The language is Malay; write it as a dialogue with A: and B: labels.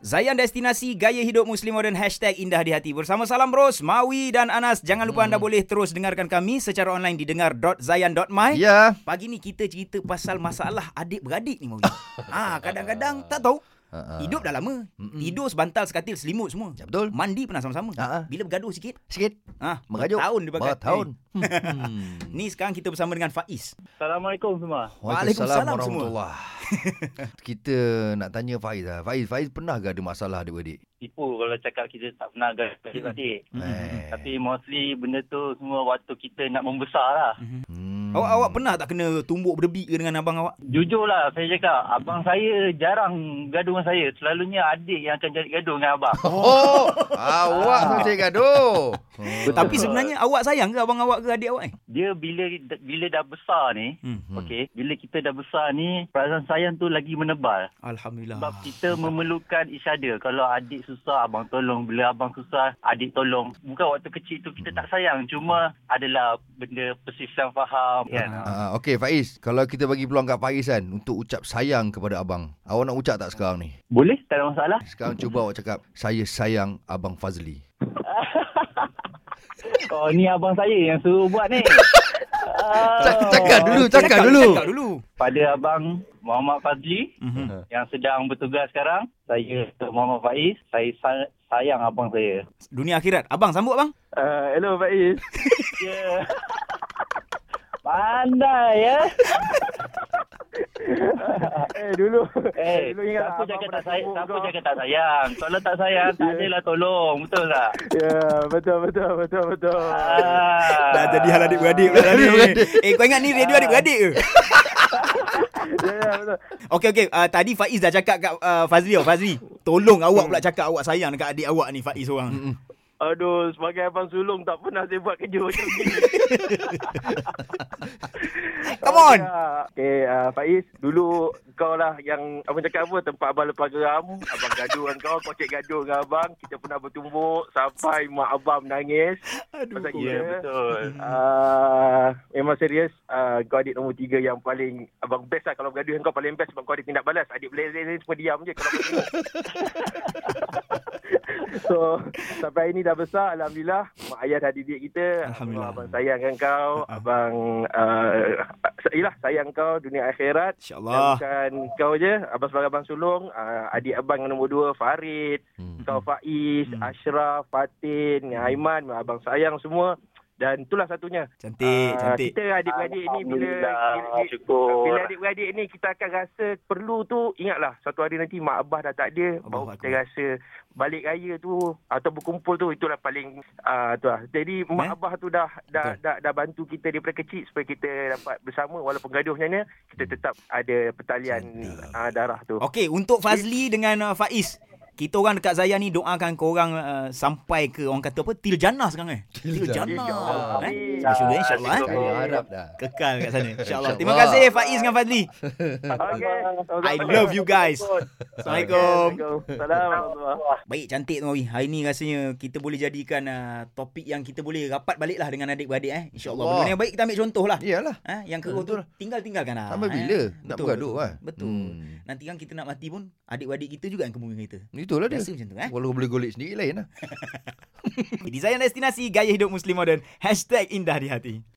A: Zayan Destinasi Gaya Hidup Muslim Modern Hashtag Indah di Hati Bersama Salam Ros, Mawi dan Anas Jangan lupa anda boleh terus dengarkan kami Secara online di dengar.zayan.my
B: Ya.
A: Pagi ni kita cerita pasal masalah adik-beradik ni Mawi Ah, Kadang-kadang tak tahu
B: Ha, ha.
A: Hidup dah lama Tidur sebantal sekatil selimut semua
B: Ya, betul.
A: Mandi pernah sama-sama
B: Ha, ha.
A: Bila bergaduh sikit
B: Sikit. Hmm.
A: ah,
B: Merajuk.
A: Tahun dia pakai
B: Bertahun.
A: Eh, Ni sekarang kita bersama dengan Faiz
C: Assalamualaikum semua.
A: Waalaikumsalam semua.
B: warahmatullahi. Kita nak tanya Faiz lah. Faiz, Faiz pernah ke ada masalah adik-beradik?
C: Tipu kalau cakap kita tak pernah adik-beradik.
A: Hmm.
B: Eh.
C: Tapi mostly benda tu semua waktu kita nak membesar lah.
B: Hmm.
A: Awak awak pernah tak kena tumbuk berdebi ke dengan abang awak?
C: Jujur lah saya cakap, abang saya jarang gaduh dengan saya. Selalunya adik yang akan jadi gaduh dengan abang.
B: Oh, awak macam gaduh. Hmm.
A: Tapi sebenarnya awak sayang ke abang awak ke adik awak ni?
C: Dia bila bila dah besar ni,
A: Hmm.
C: okey, bila kita dah besar ni, perasaan sayang tu lagi menebal.
A: Alhamdulillah.
C: Sebab kita memerlukan each other. Kalau adik susah, abang tolong. Bila abang susah, adik tolong. Bukan waktu kecil tu kita tak sayang. Cuma adalah benda persisan faham. Kan?
B: Ah, okey Faiz, kalau kita bagi peluang kat Faiz kan untuk ucap sayang kepada abang. Awak nak ucap tak sekarang ni?
C: Boleh? Tak ada masalah.
B: Sekarang cuba awak cakap, saya sayang abang Fazli.
C: Oh, ni abang saya yang suruh buat ni. Ah,
B: Cak- cakap dulu,
A: Oh, Cakap,
B: cakap dulu.
A: Cakap dulu.
C: Pada abang Muhammad Fazli
A: Mhm.
C: yang sedang bertugas sekarang, saya Muhammad Faiz, saya sa- sayang abang saya.
A: Dunia akhirat. Abang sambut bang.
D: Ah,
C: Uh, hello Faiz. yeah. Pandai ya.
D: Eh dulu
C: Eh,
D: dulu ingat
C: siapa
D: abang
C: cakap
D: pernah
C: tak sayang,
D: sibuk
C: siapa
D: kau.
C: cakap tak sayang. Kalau tak sayang, tak adalah tolong. Betul tak?
D: Ya betul betul betul betul
C: Ah.
A: Dah jadi hal adik-beradik pula tadi. eh kau ingat ni radio adik-beradik ke?
D: Ya ya betul
A: Okey okey, uh, tadi Faiz dah cakap kat uh, Fazli tau. Fazli, tolong awak pula cakap awak sayang dekat adik awak ni Faiz orang.
D: Aduh sebagai abang sulung tak pernah saya buat kerja macam ni
A: Come on.
D: Okay uh, Faiz Dulu kau lah yang Abang cakap apa Tempat abang lepas geram Abang gaduh dengan kau Kau cek gaduh dengan abang Kita pernah bertumbuk Sampai mak abang menangis
A: Aduh.
D: Pasal
C: Ya, yeah,
D: kita
C: betul.
D: Uh, memang serius uh, Kau adik nombor tiga yang paling Abang best lah Kalau bergaduh dengan kau paling best Sebab kau ada tindak balas Adik boleh lain semua diam je Kalau kau tengok So Sampai ini dah besar Alhamdulillah Mak ayah dah didik kita
A: Alhamdulillah.
D: Abang sayangkan kau Abang uh, Yelah sayang kau Dunia akhirat
A: Insya-Allah.
D: Dan Bukan kau je Abang sebagai abang sulung uh, Adik abang yang nombor dua Farid
B: Hmm.
D: Kau Faiz
A: Hmm.
D: Ashraf Fatin Aiman Abang sayang semua dan itulah satunya
A: Cantik,
D: Ah,
A: cantik.
D: Kita adik-beradik ni bila
C: Alhamdulillah,
D: bila-
C: syukur.
D: bila adik-beradik ni kita akan rasa perlu tu ingatlah satu hari nanti mak abah dah tak ada
A: Allahu
D: baru kita
A: Akbar.
D: rasa balik raya tu atau berkumpul tu itulah paling uh, tu lah. Jadi mak
A: Eh?
D: abah tu dah dah,
A: Betul.
D: dah dah bantu kita daripada kecil supaya kita dapat bersama walaupun gaduh macam mana kita tetap ada pertalian uh, darah tu.
A: Okey, untuk Fazli dengan uh, Faiz, kita orang dekat Zayan ni doakan korang uh, sampai ke orang kata apa? Til jannah sekarang eh. Til jannah. Eh? InsyaAllah insyaAllah eh.
B: Saya harap dah.
A: Kekal kat sana. InsyaAllah.
B: InsyaAllah.
A: Terima kasih Faiz dengan Fazli.
D: Okay.
A: I love you guys.
D: É,
A: Assalamualaikum.
D: Assalamualaikum.
A: Baik cantik tu Mawi. Hari ni rasanya kita boleh jadikan uh, topik yang kita boleh rapat baliklah dengan adik-beradik eh. InsyaAllah.
B: Allah.
A: Benda yang baik kita ambil contoh lah.
B: Iyalah.
A: Ha, yang keruh tu
B: Betul.
A: tinggal-tinggalkan lah.
B: Sampai
A: eh.
B: bila nak bergaduh
A: betul.
B: kan?
A: Betul.
B: Hmm.
A: Nanti kan kita nak mati pun adik-beradik kita juga yang kemungkinan kita.
B: Itulah dia.
A: Biasa macam tu eh.
B: Walau boleh golek sendiri lain lah.
A: Desain destinasi gaya hidup muslim moden. Hashtag indah di hati.